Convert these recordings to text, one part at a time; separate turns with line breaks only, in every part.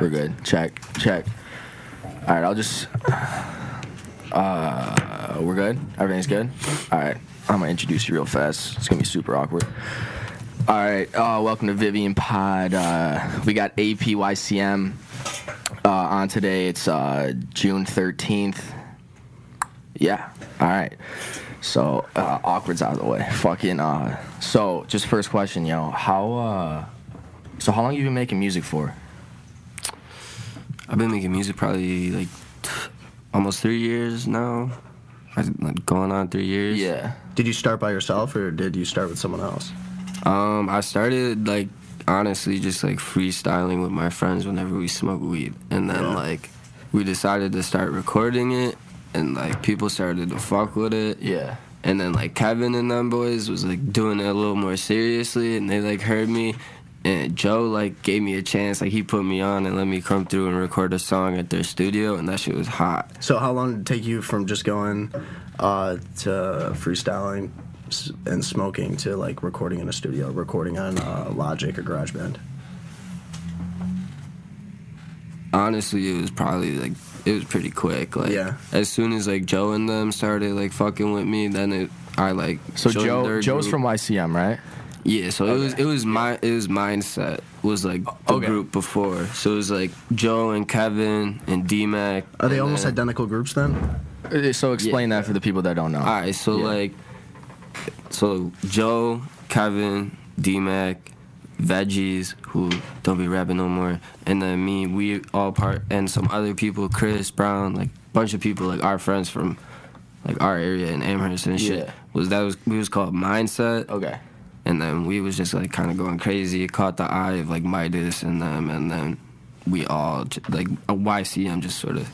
We're good. Check. Check. All right, I'll just. Uh, we're good. Everything's good. All right, I'm gonna introduce you real fast. It's gonna be super awkward. All right, uh, welcome to Vivian Pod. Uh, we got APYCM uh, on today. It's uh, June 13th. Yeah. All right. So uh, awkward's out of the way. Fucking. Uh, so just first question, yo. How? Uh, so how long you been making music for?
I've been making music probably like almost three years now. I- Like going on three years.
Yeah.
Did you start by yourself or did you start with someone else?
Um, I started like honestly just like freestyling with my friends whenever we smoke weed, and then
Yeah.
like we decided to start recording it, and like people started to fuck with it.
Yeah.
And then like Kevin and them boys was like doing it a little more seriously, and they like heard me. And Joe like gave me a chance, like he put me on and let me come through and record a song at their studio, and that shit was hot.
So how long did it take you from just going uh, to freestyling s- and smoking to like recording in a studio, recording on uh, Logic or GarageBand?
honestly it was probably like it was pretty quick like
Yeah.
as soon as like joe and them started like fucking with me then it i like
So
joined
Joe,
their
Joe's
group.
from YCM, right?
yeah so it was it was my it was mindset was like the
Okay.
group before so it was like joe and kevin and d-mac
Are they
and
almost
then-
identical groups then?
Uh, So explain that for the people that don't know.
all right so
Yeah.
like so joe kevin d-mac veggies who don't be rapping no more and then me we all part and some other people chris brown like bunch of people like our friends from like our area in amherst and shit
Yeah.
was that was we was called mindset
Okay.
and then we was just like kind of going crazy it caught the eye of like midas and them and then we all j- like a ycm just sort of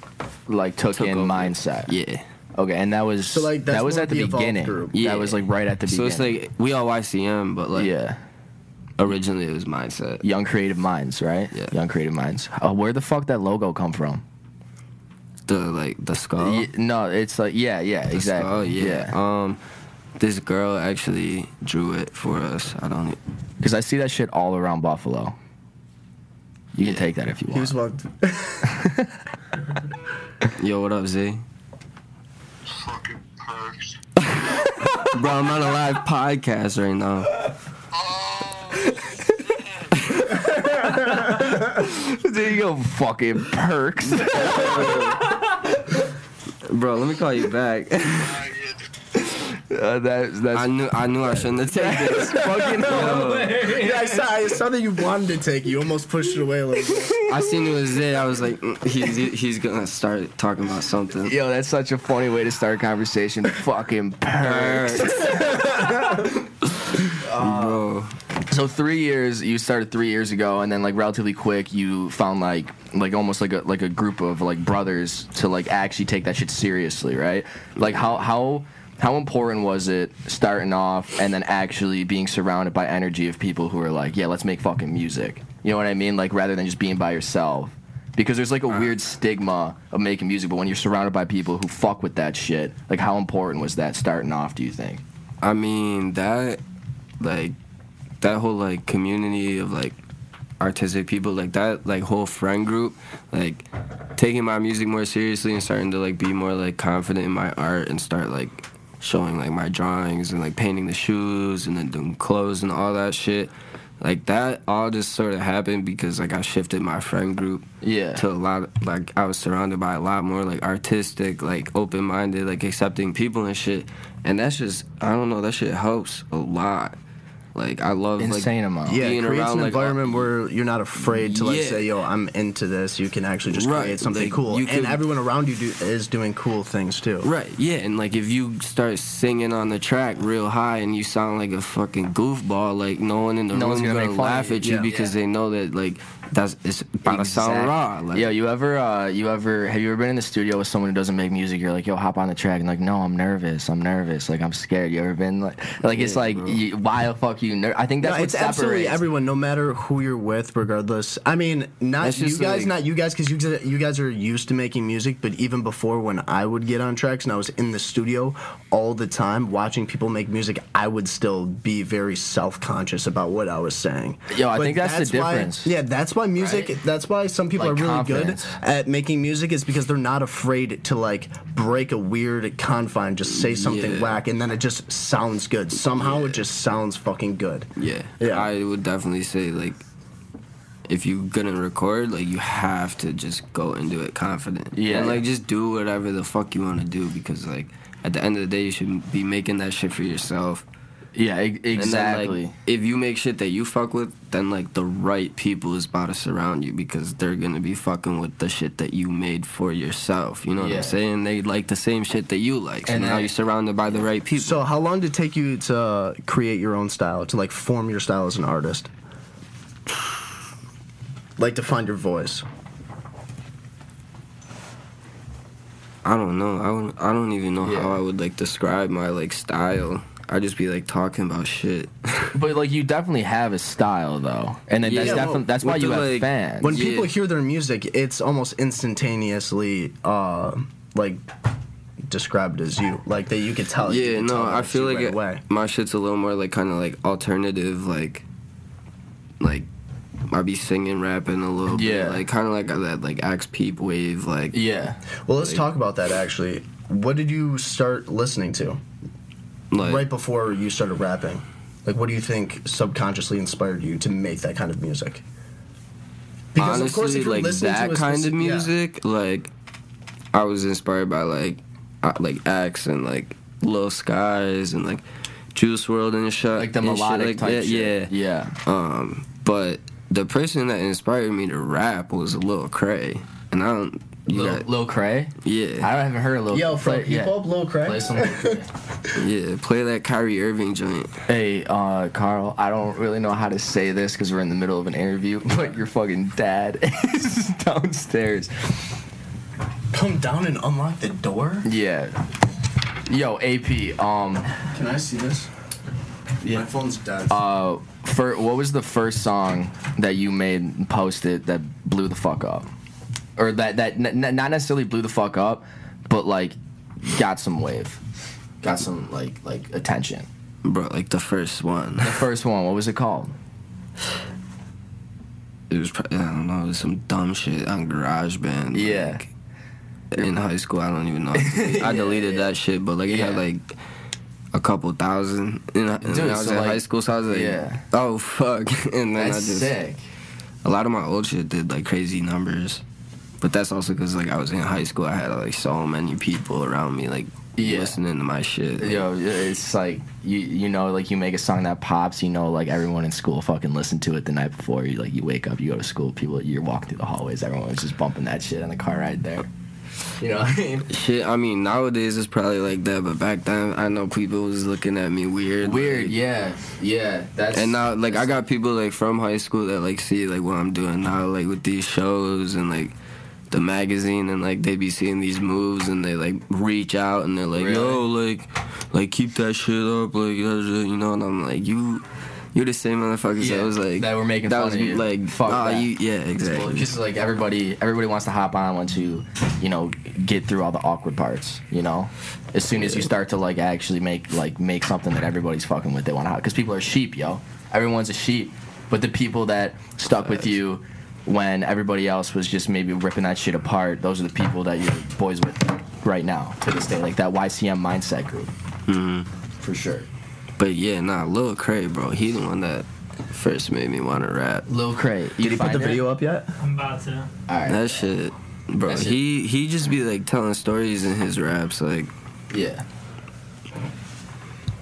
Like took,
Took
in
over.
mindset.
yeah
Okay, and that was
So, like, that's
that was
more
at the,
the evolved
beginning.
group.
Yeah.
Yeah.
That was like right at the
so
beginning.
it's like we all ycm but like
yeah,
originally it was mindset
young creative minds, right?
Yeah.
Young creative minds. Uh, where the fuck that logo come from?
the like the skull.
Y- no, it's like yeah, yeah,
The
exactly.
skull, oh, yeah. Um, this girl actually drew it for us. I don't. e,
Because I see that shit all around Buffalo. You can take that if you
He was
want.
one.
Yo, what up, Z?
fucking perks.
Bro, I'm on a live podcast right now.
Oh,
there you go, fucking perks.
Bro, let me call you back.
faggot.
Uh, that,
I
that's
knew I knew I shouldn't have taken this. Fucking Yo,
I saw, I saw that you wanted to take. it. You almost pushed it away a little bit.
I seen it was it. I was like, mm, he's he's gonna start talking about something.
yo, that's such a funny way to start a conversation. fucking perks.
Bro,
So three years, you started three years ago, and then like relatively quick, you found like like almost like a like a group of like brothers to like actually take that shit seriously, right? Like how how how important was it starting off and then actually being surrounded by energy of people who are like, yeah, let's make fucking music. You know what I mean? Like rather than just being by yourself, because there's like a weird stigma of making music, but when you're surrounded by people who fuck with that shit, like how important was that starting off? Do you think?
I mean that, like, that whole like community of like artistic people, like that like whole friend group, like taking my music more seriously and starting to like be more like confident in my art and start like showing like my drawings and like painting the shoes and then doing clothes and all that shit. Like that all just sort of happened because like I shifted my friend group
Yeah.
to a lot like I was surrounded by a lot more like artistic, like open minded, like accepting people and shit. And that's just I don't know, that shit helps a lot. Like I love
Insane
like,
amount.
Yeah, it
being
creates
around
an
like
environment where you're not afraid to like
Yeah.
say, "Yo, I'm into this." You can actually just
Right,
create something
like,
cool,
you
and
could-
everyone around you do, is doing cool things too.
Right, yeah, and like if you start singing on the track real high and you sound like a fucking goofball, like no one in the
No one's
room's
gonna
gonna,
make fun of
laugh
you.
at you
Yeah.
because they know that like that's it's about to sound raw. Like,
yo, you ever, uh, you ever, have you ever been in the studio with someone who doesn't make music? You're like, yo, hop on the track, and like, no, I'm nervous, I'm nervous, like, I'm scared. You ever been like, like it's
Yeah,
like,
bro.
you, why the fuck you? Ner- I think that's
No,
what
it's
separates.
absolutely everyone, no matter who you're with, regardless. I mean, not
That's
you
just
guys,
like-
not you guys, because you, guys- you guys are used to making music. But even before, when I would get on tracks and I was in the studio all the time watching people make music, I would still be very self conscious about what I was saying.
Yo, I think that's the
why-
difference.
yeah, that's why music.
Right?
That's why some people
Like
are really
confidence.
good at making music is because they're not afraid to like break a weird confine, just say something
Yeah.
whack, and then it just sounds good. Somehow it just sounds fucking good.
Yeah.
Yeah.
I would definitely say like if you're gonna record, like you have to just go into it confident.
Yeah.
And like just do whatever the fuck you wanna do because like at the end of the day you should be making that shit for yourself.
Yeah, e-
And then,
exactly.
like, if you make shit that you fuck with, then like the right people is about to surround you because they're gonna be fucking with the shit that you made for yourself. You know what
Yeah.
I'm saying? They like the same shit that you like. So
And
now
I-
you're surrounded by the right people.
So, how long did it take you to create your own style, to like form your style as an artist? Like to find your voice.
I don't know. I don't, I don't even know
Yeah.
how I would like describe my like style. I just be like talking about shit.
but like you definitely have a style though, and then that's
Yeah,
definitely
well,
that's why
with the,
you have
like,
fans.
When
Yeah.
people hear their music, it's almost instantaneously uh, like described as you, like that you could tell. you
yeah,
could
no,
tell
I
it's
feel
you
like
right
it-
away.
my shit's a little more like kind of like alternative, like like I be singing, rapping a little
Yeah.
bit, like kind of like that like Axe Peep wave, like
yeah,
Well, let's talk about that actually. What did you start listening to
like
right before you started rapping? Like, what do you think subconsciously inspired you to make that kind of music?
honestly, like that
a
kind of
speci- yeah.
music, like I was inspired by like uh, like Axe and like Lil Skies and like Juice World and shit,
like the
and shit
melodic
like
type.
that,
shit.
yeah.
yeah.
Um, but the person that inspired me to rap was Lil Cray, and I don't. You
Lil,
got-
Lil Cray. I
yeah,
haven't heard of Lil.
Yo, from
play-
hip hop, Lil Craig.
Play some Lil Cray.
yeah. Play that Kyrie Irving joint.
Hey, uh, Carl, I don't really know how to say this because we're in the middle of an interview, but your fucking dad is downstairs.
Come down and unlock the door.
Yeah. Yo, AP, um,
Can I see this?
Yeah.
My phone's dead.
uh, for, what was the first song that you made and posted that blew the fuck up? Or that, that n- n- not necessarily blew the fuck up, but like got some wave, got some like, like attention.
Bro, like the first one.
The first one, what was it called?
It was, pro- I don't know, it was some dumb shit on GarageBand.
Yeah.
like, in high school, I don't even know. I deleted that shit, but like it had
Yeah.
like a couple thousand. And I, and
Dude,
I was
so,
in high
like-
school, so I was like,
Yeah.
oh fuck. And then
That's
I just
sick.
a lot of my old shit did like crazy numbers, but that's also because like I was in high school, I had like so many people around me like
Yeah.
listening to my shit. like,
Yo, it's like you you know like you make a song that pops, you know like everyone in school fucking listened to it the night before. You like you wake up, you go to school, people you're walking through the hallways, everyone's just bumping that shit in the car right there. You know what I mean?
Shit, I mean nowadays it's probably like that, but back then I know people was looking at me weird.
Weird,
like,
yeah. Yeah. That's
And uh, now, like, I got people like from high school that like see like what I'm doing now, like with these shows and like the magazine, and like they be seeing these moves, and they like reach out and they're like,
Really?
"Yo, like, like keep that shit up, like, that's it," you know." And I'm like, "You, you're the same motherfuckers
Yeah,
that was like
that were making
that
fun
was
of you.
like,
Fuck
"Nah,
that."
you, yeah,
well,
exactly."
just like everybody everybody wants to hop on once you, you know, get through all the awkward parts, you know? As soon as you start to like actually make like make something that everybody's fucking with, they want to hop cuz people are sheep, yo. Everyone's a sheep, but the people that stuck with you when everybody else was just maybe ripping that shit apart, those are the people that you're boys with right now to this day, like that YCM mindset group. For sure.
But yeah, nah, Lil Cray, bro, he the one that first made me want to rap.
Lil Cray.
Did he put the video up yet?
I'm about to.
All right.
That shit, bro,
That shit-
he he just be like telling stories in his raps, like.
yeah.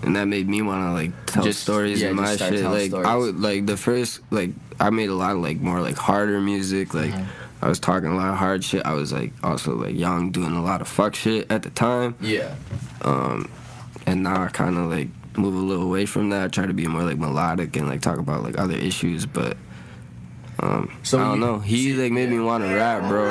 and that made me want to like tell
Just-
stories
yeah,
and
just
my
start
shit.
telling
Like I
stories.
would like the first like I made a lot of like more like harder music. Like
Uh-huh.
I was talking a lot of hard shit. I was like also like young, doing a lot of fuck shit at the time. Um,
Yeah.
And now I kind of like move a little away from that. Try to be more like melodic and like talk about like other issues. But um,
So
I don't
you-
know. He like made me want to rap, bro.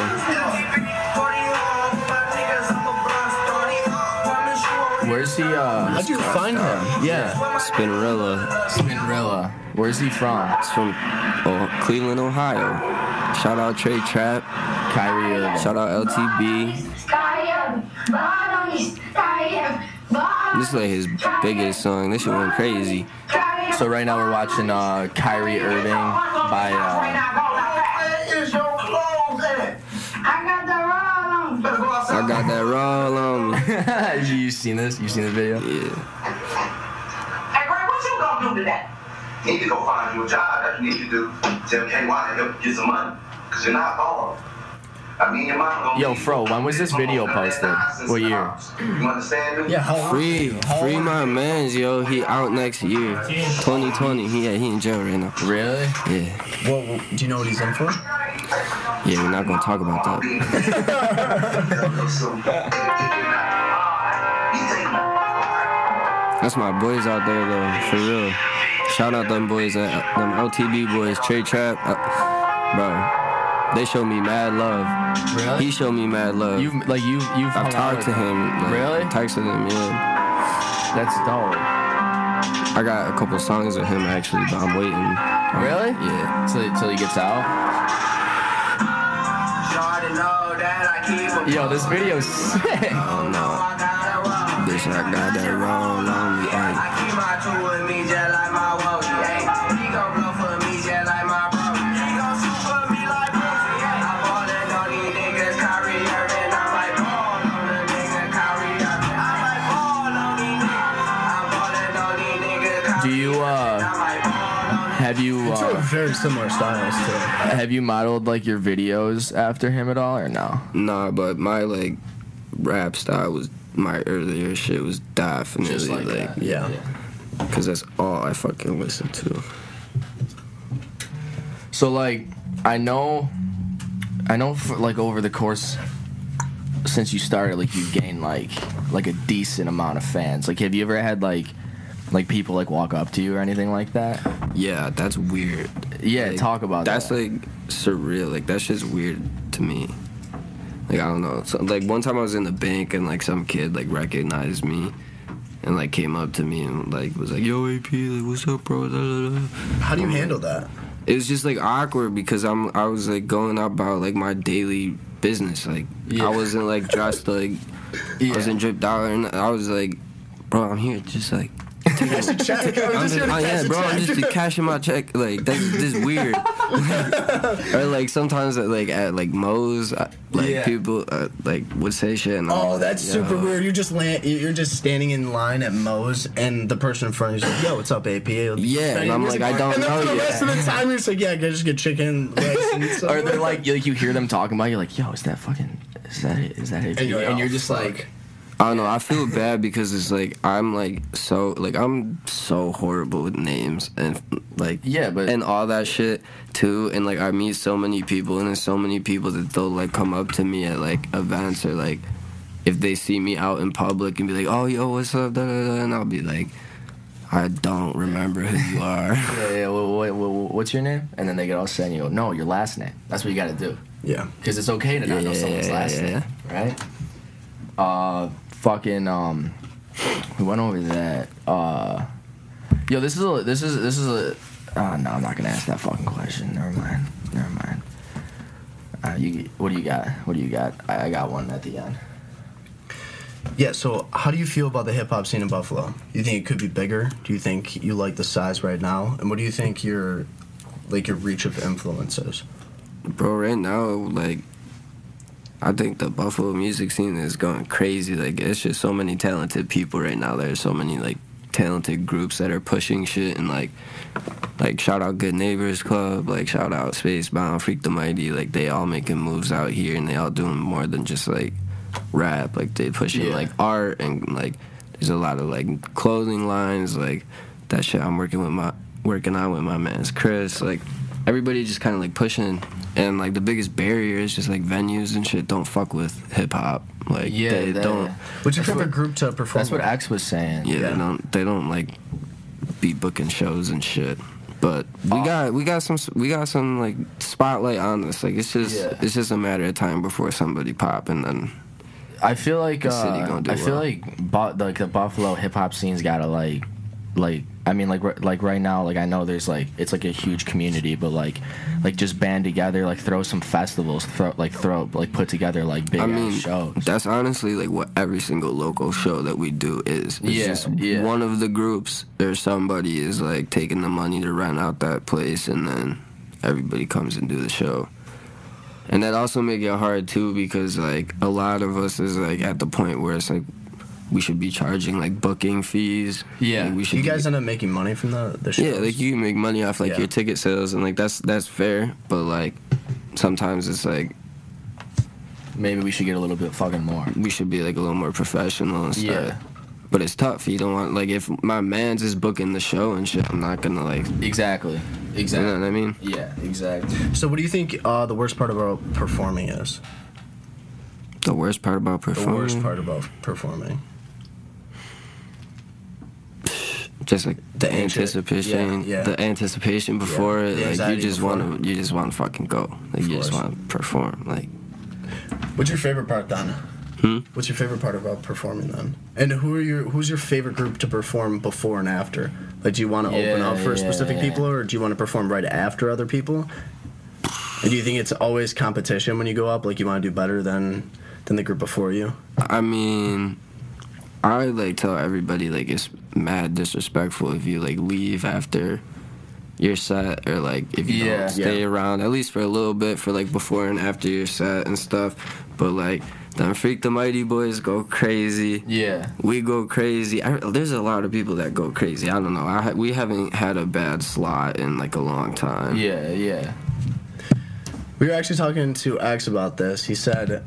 Where's he? Uh,
How'd you find him? Yeah.
Spinnerella.
Spinrilla. Where's he from?
It's from oh, Cleveland, Ohio. Shout out Trey Trap.
Kyrie Irving.
Shout out LTB. This is like his biggest song. This shit went crazy.
So right now we're watching uh, Kyrie Irving by uh,
got that roll on me.
you seen this? You seen this video?
Yeah.
Hey, Greg, what you gonna do today?
need to go find you a job. That's what you need to do. Tell me, hey, why I help you get some money? Because you're not borrowed. I mean, your mom gonna
Yo,
leave you.
Fro, when was this
Come on,
video
none of that
posted?
nonsense
What
in the
year?
house. You understand me?
Yeah, how long?
Free,
how
free
long-
my man's, yo. He out next year. 2020. He, yeah, he in jail right now.
Really?
Yeah.
What, what- do you know what he's in for?
Yeah, we're not gonna talk about that. That's my boys out there, though, for real. Shout out them boys, uh, them LTB boys, Trey Trap. Uh, bro, they show me mad love.
Really?
He showed me mad love.
You like you you've hung
I've
out
talked
with
to him. Like,
Really?
Texted him, yeah.
That's dope.
I got a couple songs with him, actually, but I'm waiting. Um,
Really?
Yeah.
Till till he gets out. Yo, this video's sick.
Oh, no. Bitch, I got that wrong on me. Ay.
Do you uh have you
It's all
uh,
very similar styles too.
have you modeled like your videos after him at all or no?
Nah, but my like rap style was my earlier shit was definitely
Just like
like,
that.
Yeah.
cause that's all I fucking listen to.
So like, I know, I know, for, like over the course since you started, like you've gained like like a decent amount of fans. Like, have you ever had like like people like walk up to you or anything like that?
Yeah, that's weird.
Yeah,
Like,
talk about
That's
that.
like surreal. Like that shit's weird to me. Like I don't know. So, like one time I was in the bank and like some kid like recognized me. And like came up to me and like was like, "Yo, AP, like what's up, bro?" Da, da, da.
How do you handle that?
it was just like awkward because I'm I was like going about like my daily business. Like
Yeah.
I wasn't like dressed like I wasn't dripped out, and I was like, bro, I'm here just like. I'm just, oh, yeah, bro. I'm just cashing my check. Like that's just weird. or like sometimes at, like at like Mo's, uh, like
Yeah.
people uh, like would say shit. And I'm
Oh,
like,
that's
yo.
super weird. You're just land, you're just standing in line at Moe's, and the person in front of you is like, "Yo, what's up, AP?"
Yeah, and I'm like, I don't
and then
know
for the
yet.
rest of the time, you're just like, "Yeah, I just get chicken." legs and stuff."
Or they're like, you- like you hear them talking about, it, you're like, yo, is that fucking is that it? Is that it?
And you're like, "Oh, fuck."
I don't know. I feel bad because it's like I'm like so like I'm so horrible with names and like
Yeah, but-
and all that shit too. And like I meet so many people and there's so many people that they'll like come up to me at like events or like if they see me out in public and be like, "Oh, yo, what's up?" Da, da, da, and I'll be like, "I don't remember who you are."
yeah, yeah, wha- wha- wha- what's your name? And then they get all sad. and You go, no, your last name. That's what you got to do.
"Yeah,
Because it's okay to not know
Yeah,
someone's
yeah,
last
yeah,
name, right? Uh, fucking um, we went over that. Uh, yo, this is a this is this is a. Oh no, I'm not gonna ask that fucking question. Never mind. Never mind. Uh, you, what do you got? What do you got? I, I got one at the end.
yeah." So, how do you feel about the hip hop scene in Buffalo? You think it could be bigger? Do you think you like the size right now? And what do you think your like your reach of influence is?
Bro, right now, like, I think the Buffalo music scene is going crazy. Like, it's just so many talented people right now. There's so many like talented groups that are pushing shit and like, like shout out Good Neighbors Club, like shout out Spacebound, Freak the Mighty. Like, they all making moves out here and they all doing more than just like rap. Like, they pushing
Yeah.
like art and like there's a lot of like clothing lines like that shit I'm working with my working on with my man's Chris like everybody just kind of like pushing and like the biggest barrier is just like venues and shit don't fuck with hip hop like
Yeah,
they
that-
don't
What's your favorite group to perform?
That's what
with?
X was saying.
yeah, they don't they don't like be booking shows and shit but we got we got some we got some like spotlight on us like it's just
Yeah.
it's just a matter of time before somebody pop and then
I feel like
The city
uh,
gonna do
I feel
well.
like bu- like the Buffalo hip hop scene's gotta like like I mean like r- like right now like I know there's like it's like a huge community but like like just band together like throw some festivals throw like throw like put together like big
I
ass
mean,
shows
that's honestly like what every single local show that we do is. It's
Yeah,
just
yeah.
one of the groups or somebody is like taking the money to rent out that place, and then everybody comes and do the show. and that also make it hard too because like a lot of us is like at the point where it's like we should be charging like booking fees.
Yeah.
Like, we should.
You
be-
guys end up making money from the the shows.
yeah, like you can make money off like
Yeah.
your ticket sales and like that's that's fair, but like sometimes it's like
Maybe we should get a little bit fucking more.
we should be like a little more professional and stuff.
Yeah.
But it's tough. You don't want like if my man's is booking the show and shit, I'm not gonna like
Exactly.
you
Exactly.
know what I mean?
Yeah, exactly.
So, what do you think uh, the worst part about performing is?
The worst part about
The
performing
worst part about performing.
just like the
anti-
anticipation,
yeah, yeah.
the anticipation before
The
it, like you
anxiety
just
before.
want to, you just want to fucking go, like you just
course.
want to perform, like
What's your favorite part then? What's your favorite part about performing then? And who are your who's your favorite group to perform before and after? Like, do you want to open
Yeah,
up for
yeah,
specific
yeah.
people, or do you want to perform right after other people? And do you think it's always competition when you go up? Like, you want to do better than than the group before you?
I mean, I like tell everybody like it's mad disrespectful if you like leave after your set or like if you
Yeah.
don't stay
Yeah.
around at least for a little bit for like before and after your set and stuff. But like, them freak the mighty boys go crazy.
Yeah.
We go crazy. I, there's a lot of people that go crazy. I don't know. I, ha- we haven't had a bad slot in like a long time.
Yeah, yeah.
We were actually talking to X about this. He said,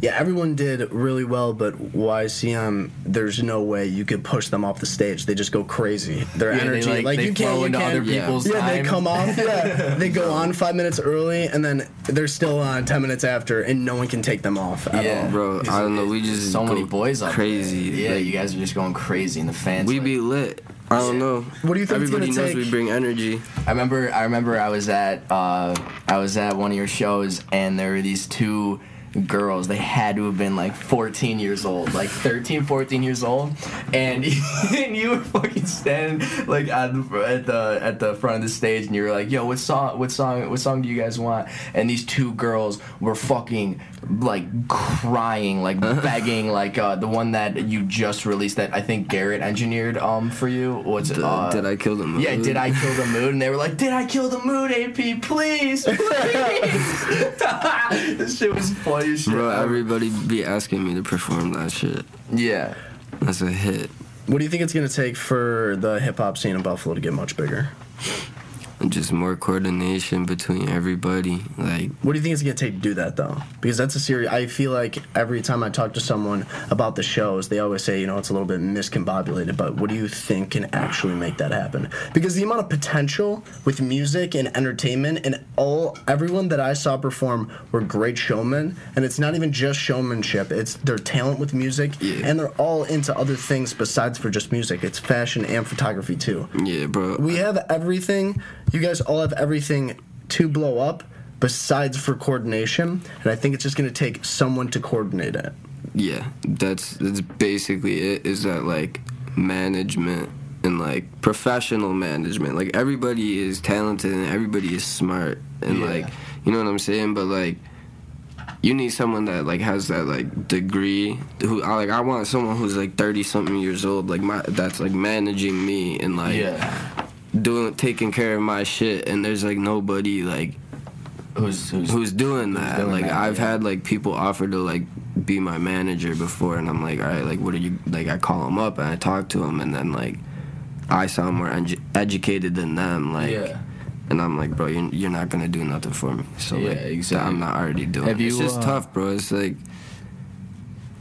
"Yeah, everyone did really well, but YCM, there's no way you could push them off the stage. They just go crazy. Their
Yeah, they,
energy,
like,
like,
they
you can't,
flow
you
into
can't-
other
yeah.
people's
yeah,
time.
they come off. Yeah, they go on five minutes early, and then they're still on ten minutes after, and no one can take them off at
Yeah.
all.
bro. I don't know. We just
so many
go
boys up there.
crazy.
Yeah,
Like,
you guys are just going crazy, and the fans.
we
like-
be lit. I don't know.
What do you think it's
Everybody
gonna
knows
take?
we bring energy.
I remember. I remember. I was at. Uh, I was at one of your shows, and there were these two girls. They had to have been like 14 years old, like 13, 14 years old, and, and you were fucking standing like on the, at the at the front of the stage, and you were like, "Yo, what song? What song? What song do you guys want?" And these two girls were fucking like crying, like begging, like uh, the one that you just released that I think Garrett engineered um for you. What's it?
The-
Uh,
did I kill them?
yeah, did I kill the mood? And they were like, did I kill the mood, AP? Please, please. this shit was funny as shit.
Bro, everybody be asking me to perform that shit.
yeah.
That's a hit.
What do you think it's gonna take for the hip hop scene in Buffalo to get much bigger?
And Just more coordination between everybody. Like,
What do you think it's gonna take to do that though? Because that's a serious. I feel like every time I talk to someone about the shows, they always say, you know, it's a little bit miscombobulated. But what do you think can actually make that happen? Because the amount of potential with music and entertainment and all everyone that I saw perform were great showmen, and it's not even just showmanship. It's their talent with music, and they're all into other things besides for just music. It's fashion and photography too.
yeah, bro.
We have everything. You guys all have everything to blow up besides for coordination. And I think it's just going to take someone to coordinate it.
yeah, that's that's basically it. Is that like management and like professional management? Like everybody is talented and everybody is smart and
Yeah.
like you know what I'm saying. But like you need someone that like has that like degree. Who I like I want someone who's like thirty something years old. Like my that's like managing me and like
Yeah.
doing taking care of my shit. And there's like nobody like
Who's who's
who's doing that.
doing
like
that,
I've
yeah.
had like people offer to like be my manager before, and I'm like, all right, like what are you? Like I call them up and I talk to them, and then like I sound more edu- educated than them, like.
Yeah.
And I'm like, bro, you're, you're not gonna do nothing for me. So
Yeah,
like, that
exactly.
I'm not already doing.
Have
it. it's
you,
just
uh,
tough, bro. It's like,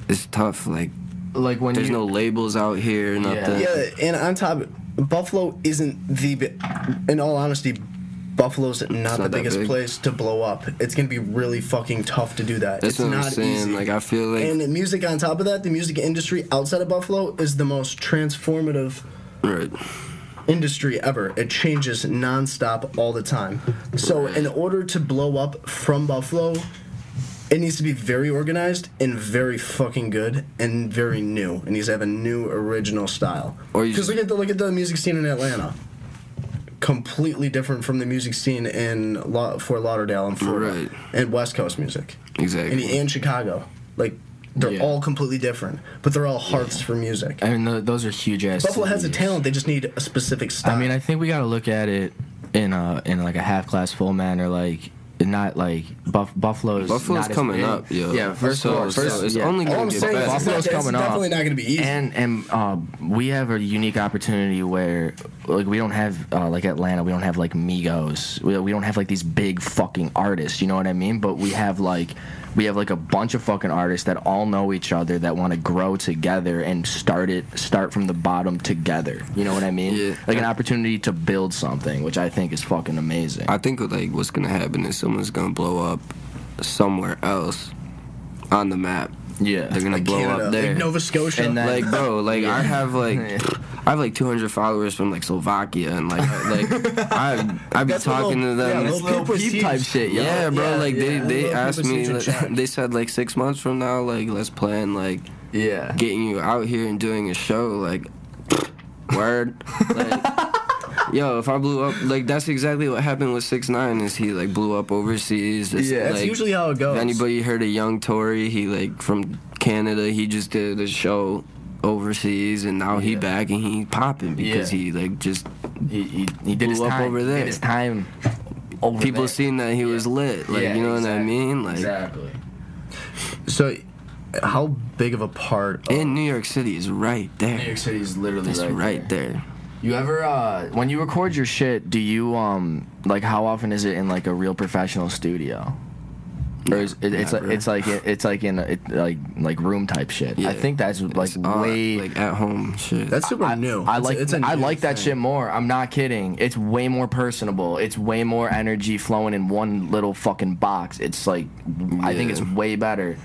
it's tough. Like,
like when
there's
you
no labels out here. Nothing.
Yeah, and on top, Buffalo isn't the, bi- in all honesty, Buffalo's not, the
that
biggest
big.
place to blow up. It's going to be really fucking tough to do that.
That's
it's
what
not
I'm saying.
easy.
Like, I feel like
and music on top of that, the music industry outside of Buffalo is the most transformative
right.
industry ever. It changes nonstop all the time. So in order to blow up from Buffalo, it needs to be very organized and very fucking good and very new. It needs to have a new original style.
Or you
Because
just-
look at the look at the music scene in Atlanta. Completely different from the music scene in La- Fort Lauderdale and Florida
Right.
and West Coast music and,
Exactly.
and Chicago. Like they're
Yeah.
all completely different, but they're all hearts for music.
I mean, tho- those are huge ass.
Buffalo has a
cities.
talent; they just need a specific style.
I mean, I think we gotta look at it in a in like a half class full manner. Like not like buff, Buffalo's.
Buffalo's
not as
coming
big.
up, yo.
Yeah, first
so,
of all,
so
first-
it's
yeah.
only
All
gonna
I'm
get
saying is
better.
Buffalo's
it's
coming up.
definitely not going to be easy.
and and uh, we have a unique opportunity where like we don't have uh, like Atlanta, we don't have like Migos, we, we don't have like these big fucking artists, you know what I mean? But we have like we have like a bunch of fucking artists that all know each other that want to grow together and start it start from the bottom together. You know what I mean?
Yeah.
Like an opportunity to build something, which I think is fucking amazing.
I think like what's gonna happen is someone's gonna blow up somewhere else on the map.
yeah.
They're gonna
Like
blow
Canada,
up there.
like Nova Scotia.
And that-
like bro, like I have like
Yeah.
I have like 200 followers from like Slovakia and like like I I be
That's a
talking to
little-
them.
yeah,
and
little
it's-
Lil
Little
Peep
peep
type
type shit, yo.
yeah, bro.
yeah,
like they
yeah.
they
Little
asked
people
me,
seem to
like,
chat.
they said like six months from now, like let's plan like
yeah.
getting you out here and doing a show, like word. Like, yo, if I blew up, like that's exactly what happened with Six Nine. Is he like blew up overseas? It's,
Yeah,
That's
like,
usually how it
if
goes.
anybody heard of Young Tory? He like from Canada. He just did a show overseas, and now he
Yeah.
back and he popping because
Yeah.
he like just
He, he, he did his
Blew up
time
over
He
there.
Did his time over
people
there.
seen that he was lit. Like
Yeah,
you know what I
exactly,
mean? Like
exactly.
so, how big of a part? Of
and New York City is right there.
New York City is literally
That's
right,
right
there.
there.
You ever uh when you record your shit, do you um like how often is it in like a real professional studio? Or is it, it's like
Never.
it's like it's like in a, it, like like room type shit.
Yeah.
I think that's like
It's
uh,
all,
way
like at home shit.
that's super
I,
new.
I
It's a-
like
it's a
I
new
like that
thing.
shit more. I'm not kidding. It's way more personable. It's way more energy flowing in one little fucking box. It's like I think
Yeah.
it's way better.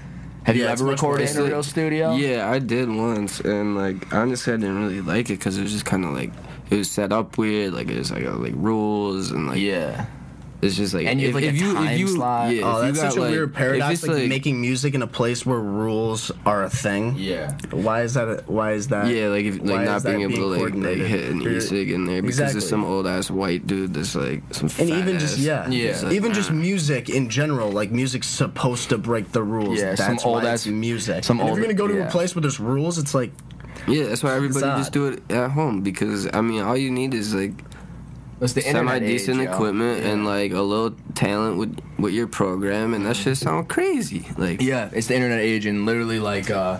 Have you
Yeah, it's
ever
much more
recorded in a
It's
real
like-
studio?
Yeah, I did once, and like honestly, I didn't really like it because it was just kind of like it was set up weird. Like it was like uh, like rules and like
Yeah.
it's just like
And you have, like, a time slot.
Yeah,
Oh,
if you
that's
got,
such a
like-
weird
If
paradox.
it's,
Like, making music in a place where rules are a thing.
Yeah.
Why is that? A, why is that?
yeah, like if,
why
like
is
not
that
being able to like, like
coordinated?
hit an
Or-
e cig in there because
Exactly.
it's some old ass white dude that's like some
and
fat
even just
ass.
yeah,
Yeah.
It's like,
even just music in general. Like music's supposed to break the rules.
Yeah,
that's
some old
why
ass-
it's music.
some
And
old-
if you're gonna go to
yeah.
a place where there's rules, it's like
yeah. That's why everybody
odd.
just do it at home because I mean all you need is like
It's the
semi
internet
decent
age, yo.
equipment and like a little talent with with your program and that shit sound crazy like
Yeah, it's the internet age, and literally like, uh,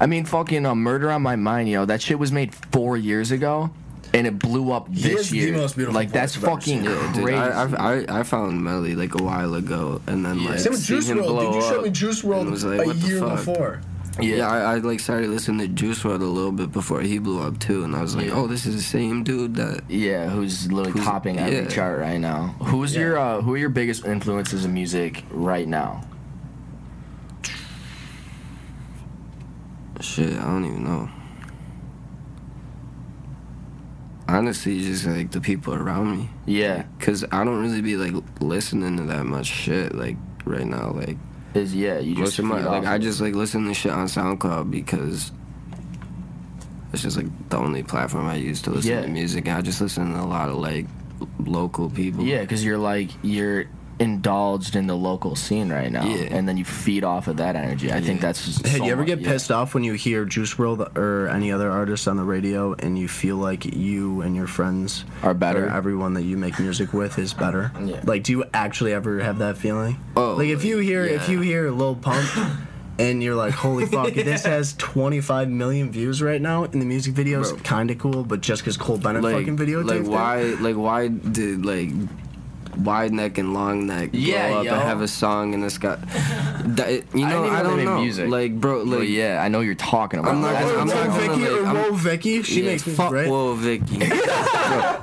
I mean, fucking uh, "Murder on My Mind," yo. That shit was made four years ago, and it blew up
has
this
the
year.
most beautiful
like that's
voice I've ever
fucking
seen.
Yeah,
crazy.
dude, I, I've- I I found Melly like a while ago, and then like
same with
seeing
Juice
him
World. Did
blow
you show
up,
me Juice
and
World
was like,
a
what the
year
fuck?
before?
Yeah, I, I like started listening to Juice World a little bit before he blew up too, and I was like,
Yeah.
oh, this is the same dude that.
yeah, who's literally
Who's-
popping every
yeah.
chart right now? Who's
Yeah.
your uh, who are your biggest influences in music right now?
Shit, I don't even know. Honestly, just like the people around me,
Yeah,
cause I don't really be like listening to that much shit like right now. Like
is yeah, you
most
just
of my
feed
like
off
I
of-
just like listen to shit on SoundCloud because it's just like the only platform I use to listen
Yeah.
to music. And I just listen to a lot of like l- local people.
yeah, because you're like you're indulged in the local scene right now,
Yeah.
and then you feed off of that energy. I think that's. just
Hey,
so
do you ever
mu-
get
yeah.
pissed off when you hear Juice World or any other artist on the radio, and you feel like you and your friends
Are better?
or everyone that you make music with is better?
Yeah.
Like, do you actually ever have that feeling?
Oh,
like if you hear if
yeah.
you hear Lil Pump. And you're like, holy fuck! This has 25 million views right now, and the music video's
Bro.
kind of cool. But just because Cole Bennett
Like,
fucking videotaped
like
it.
why like why did like wide neck and long neck
Yeah,
blow up
yo.
and have a song in the sky? That,
I
you
didn't
know
even
I,
know they
don't
made
know.
music.
Like bro, like
Well, yeah, I know you're talking about.
I'm not
that.
gonna-
Whoa,
I'm not gonna,
Vicky
like,
or
I'm-
Whoa Vicky, she
yeah,
makes me
fuck
right?
whoa Vicky. Bro,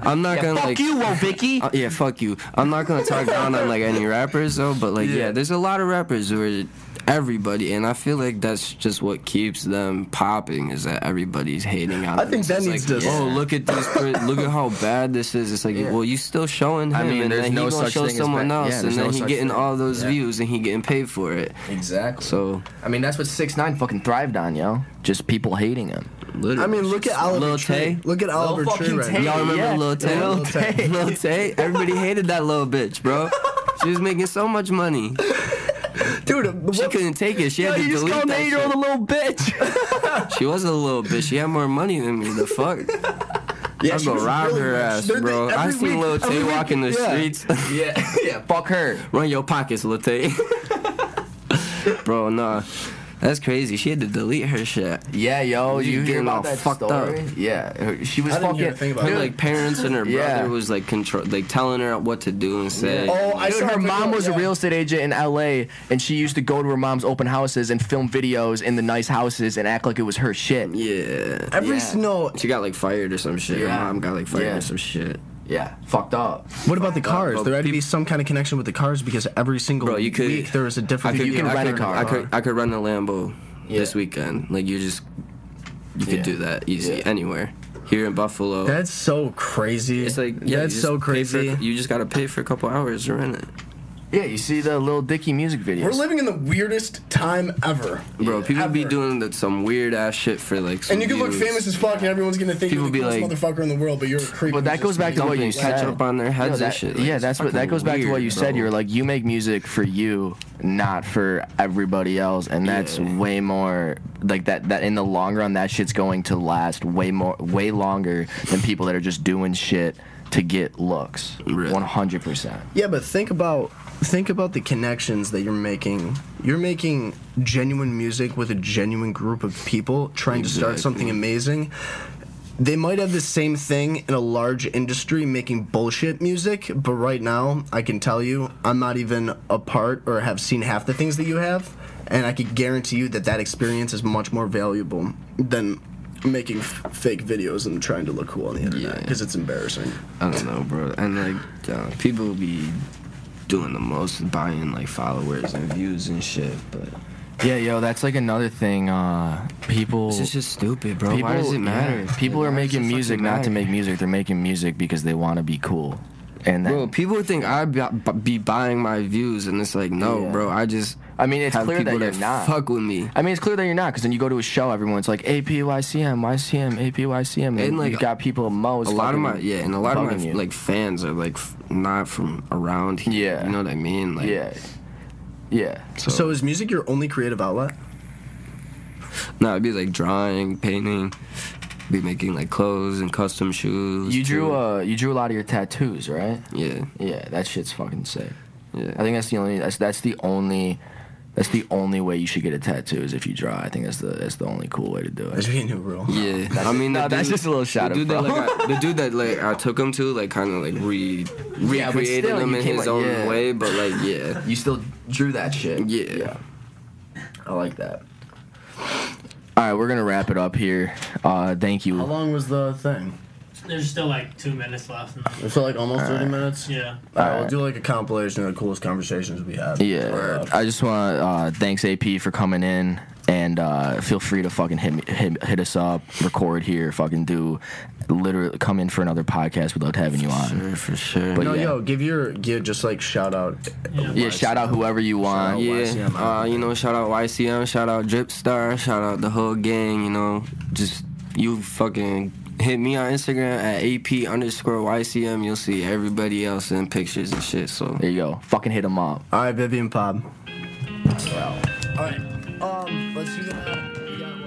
I'm not gonna like
Whoa, Vicky.
Uh, yeah, fuck you. I'm not gonna talk down on like any rappers though, but like yeah. there's a lot of rappers who are everybody, and I feel like that's just what keeps them popping is that everybody's hating on.
I
them.
think
It's
that
just
needs
like,
to-
Oh, look at this! per- look at how bad this is. It's like,
Yeah.
well, you still showing him,
I mean,
and
there's
then
no
he gonna
such
show
thing as
someone
bad- yeah,
else, and
there's no
then he
such
getting
thing.
all those
Yeah.
views, and he getting paid for it.
Exactly.
So
I mean, that's what six nine fucking thrived on, yo. Just people hating him.
literally,
I mean, look at Oliver
Lil
Tree.
Tay.
Look at Oliver Tree right now.
Y'all remember Lil Tay?
Lil Tay.
Lil Tay. Everybody hated that little bitch, bro. She was making so much money.
Dude,
She
what,
couldn't take it. She had to delete that shit.
little bitch.
She was a little bitch. She had more money than me. The fuck?
Yeah,
I'm
she
gonna
was
rob
really
her
rich.
ass,
They're- they-
bro. I
every
seen
week-
Lil
every
Tay
week-
walking the
yeah.
streets.
yeah, yeah. Fuck her.
Run your pockets, Lil Tay. bro, nah. That's crazy. She had to delete her shit.
Yeah,
Oh,
yo,
You
you, hear
getting all
about that
fucked
story? Yeah, her- she was
I didn't
fucking.
hear a thing about
Her
that.
dude,
like parents and her
Yeah.
brother was like control, like telling her what to do and say.
Oh, I
Dude,
saw a
her
video,
mom was
yeah.
a real estate agent in LA, and she used to go to her mom's open houses and film videos in the nice houses and act like it was her shit.
yeah.
Every
Yeah.
s- no.
She got like fired or some shit.
Yeah.
Her mom got like fired
Yeah.
or some shit.
Yeah, fucked up.
What about the cars?
but
there had to be some kind of connection with the cars because every single
Bro, you could.
week there was a different.
I could,
You can
I
rent a
could-
car.
I could. I could run a Lambo
Yeah.
this weekend. Like you just, you could
Yeah.
do that easy
Yeah.
anywhere. Here in Buffalo,
That's so crazy.
it's like yeah, you
that's
just
so
pay for-
crazy.
you just gotta pay for a couple hours to rent it,
Yeah, you see the little Dicky music videos.
We're living in the weirdest time ever,
bro. People be
Ever.
doing that some weird ass shit for like. Some
And you can look
views.
famous as fuck, and everyone's gonna think
People
you're
be
the coolest
like-
motherfucker in the world, but you're a creep.
But
who's
that
just
goes back to
being-
what you
Companies catch
said.
up on their heads
that-
and shit, like,
yeah,
it's
that's what that
fucking
goes back to what you
weird,
said.
bro.
You're like you make music for you, not for everybody else, and that's
Yeah.
way more like that. That in the long run, that shit's going to last way more, way longer than people that are just doing shit to get looks.
Really?
One hundred percent.
Yeah, but think about think about the connections that you're making. You're making genuine music with a genuine group of people trying to start
Exactly.
something amazing. They might have the same thing in a large industry making bullshit music, but right now, I can tell you, I'm not even a part or have seen half the things that you have, and I can guarantee you that that experience is much more valuable than making f- fake videos and trying to look cool on the internet
Yeah.
because it's embarrassing.
I don't know, bro. And like uh, people be doing the most, buying like followers and views and shit. But
Yeah, yo, that's like another thing. Uh, people.
this is just stupid, bro.
People,
Why does it matter?
yeah, people
Like,
are
why does it
making music
fucking
not to
matter?
make music. They're making music because they want to be cool. And that,
Bro, people think I be, be buying my views, and it's like, no,
Yeah.
bro. I just
I mean, it's
have
clear that
people
you're not.
fuck with me.
I mean, it's clear that you're not, because then you go to a show, everyone's like APYCM, YCM, APYCM, and,
And, like,
you got people at most.
A lot of my
fucking
yeah, and a lot of my
bugging you.
like fans are like f- not from around here.
Yeah.
you know what I mean. Like,
yeah, yeah.
So,
so is music your only creative outlet?
no, it'd be like drawing, painting, be making like clothes and custom shoes.
You drew
too.
uh, you drew a lot of your tattoos, right?
yeah,
Yeah, that shit's fucking sick.
yeah.
I think that's the only that's that's the only that's the only way you should get a tattoo is if you draw. I think that's the that's the only cool way to do
That's
it.
be a new rule.
Yeah,
That's
I
just-
mean
no,
the
that's
dude-
just a little shot
the
of
dude that,
bro.
like, I, the dude that like I took him to like kind of like re
Yeah, but
recreated
still,
him
you
in
can't,
his
like,
own
yeah.
way, but like yeah,
You still drew that shit.
Yeah.
I like that. All right, we're gonna wrap it up here. Uh, thank you.
How long was the thing?
There's still like two minutes left. And,
It felt like almost 30 minutes.
yeah.
All right, we'll do like a compilation of the coolest conversations we had. uh,
Yeah, I just want to uh, thanks AP for coming in, and uh, feel free to fucking hit, me, hit hit us up, record here, fucking do, literally come in for another podcast. We'd love having you on.
sure, for sure.
But
no,
yeah,
yo, give your give just like shout out.
Yeah.
yeah, shout out whoever you want.
Shout
Yeah.
Yeah,
YCM,
uh, you know, shout out YCM, shout out Dripstar, shout out the whole gang. You know, just you fucking hit me on Instagram at ap underscore YCM. You'll see everybody else in pictures and shit. So
There you go. Fucking hit them up.
All right, Vivian Pop. All right, um, let's do that. We got,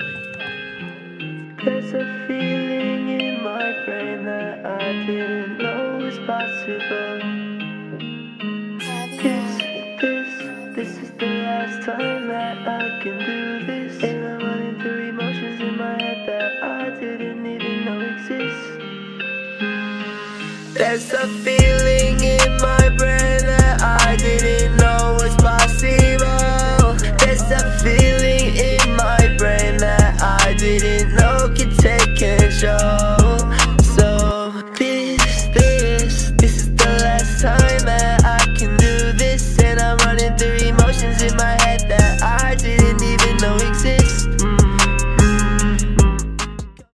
like,
There's a feeling in my brain that I didn't know was possible. Is this, this is the last time that I can do this. And I'm running through emotions in my head that I didn't even know exist. There's a feeling.